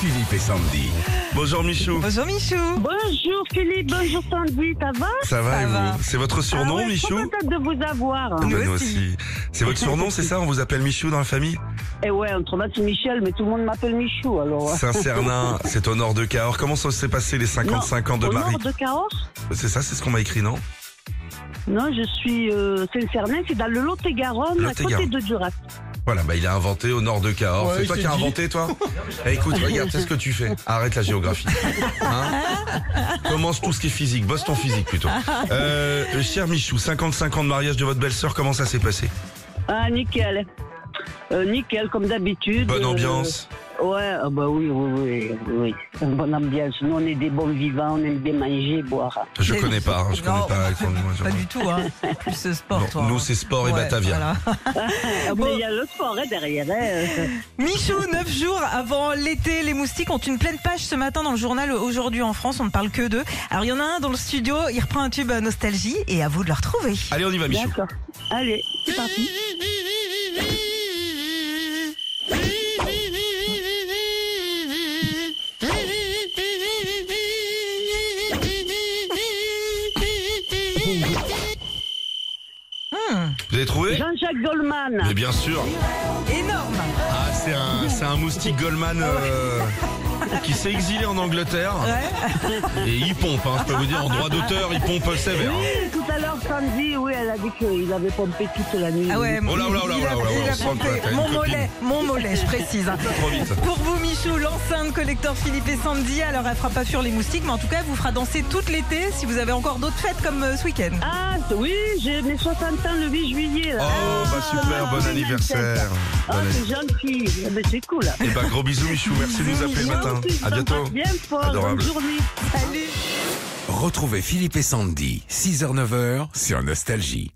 Philippe et Sandy. Bonjour Michou. Bonjour Michou. Bonjour Philippe, bonjour Sandy, ça va Ça va Ça et va. vous C'est votre surnom Ah ouais, Je Michou suis contente de vous avoir. Ah, hein. ben, Nous nous aussi. aussi. C'est votre surnom, c'est ça On vous appelle Michou dans la famille Eh ouais, entre moi c'est Michel, mais tout le monde m'appelle Michou alors. saint cernin c'est au nord de Cahors. Comment ça s'est passé les 55 ans de Au Marie nord de Cahors C'est ça, c'est ce qu'on m'a écrit, non Non, je suis euh, Saint-Cernin, c'est dans le Lot-et-Garonne, à côté Lot-et-Garonne. de Duras. Voilà, bah il a inventé au nord de Cahors. Ouais, c'est il toi s'est qui as dit. inventé, toi Eh, Écoute, regarde, c'est ce que tu fais. Arrête la géographie. Hein Commence tout ce qui est physique. Bosse ton physique plutôt. Euh, cher Michou, 55 ans de mariage de votre belle-sœur, comment ça s'est passé Ah, nickel. Euh, nickel, comme d'habitude. Bonne Euh, ambiance ouais, ah bah oui, oui, oui, oui. Une bonne ambiance. Nous, on est des bons vivants, on aime bien manger, boire. Je Mais- connais pas, hein, je Non, connais pas. Alexandre, Pas moi, du tout, hein. Plus ce sport, Non, toi. nous, hein. c'est sport et Ouais, Batavia. voilà. Ah, Bon. Mais il y a le sport hein, derrière. hein. Michou, 9 jours avant l'été, les moustiques ont une pleine page ce matin dans le journal Aujourd'hui en France, on ne parle que d'eux. Alors il y en a un dans le studio, il reprend un tube à nostalgie et à vous de le retrouver. Allez, on y va, Michou. D'accord. Allez, c'est parti. Vous avez trouvé Jean-Jacques Goldman. Mais bien sûr. Énorme Ah, c'est un, c'est un moustique Goldman euh, qui s'est exilé en Angleterre. Et il pompe, hein, je peux vous dire, en droit d'auteur, il pompe sévère. hein. Tout à l'heure, Sandy, oui, elle a dit qu'il avait pompé toute la nuit. Ah ouais, Oh là, oh là, oh là, il a- oh là, il oh là, a on sent que pompé. t'as une Mon copine. mollet, mon mollet, je précise. hein. Trop vite. Pour vous, Michou, l'enceinte collecteur Philippe et Sandy, alors elle fera pas fuir les moustiques, mais en tout cas, elle vous fera danser toute l'été si vous avez encore d'autres fêtes comme euh, ce week-end. Ah oui, j'ai mes 60 ans le 8 juillet. Oh, Ah, Là. bah super, bon anniversaire. Ah, Bon anniversaire. c'est gentil. Ah, mais c'est cool. Et bah, gros bisous, Michou. Merci de nous appeler le matin. Gentil, je À bientôt. t'embrasse Bien fort. Adorable. Bonne journée. Salut Retrouvez Philippe et Sandy, 6h-9h sur Nostalgie.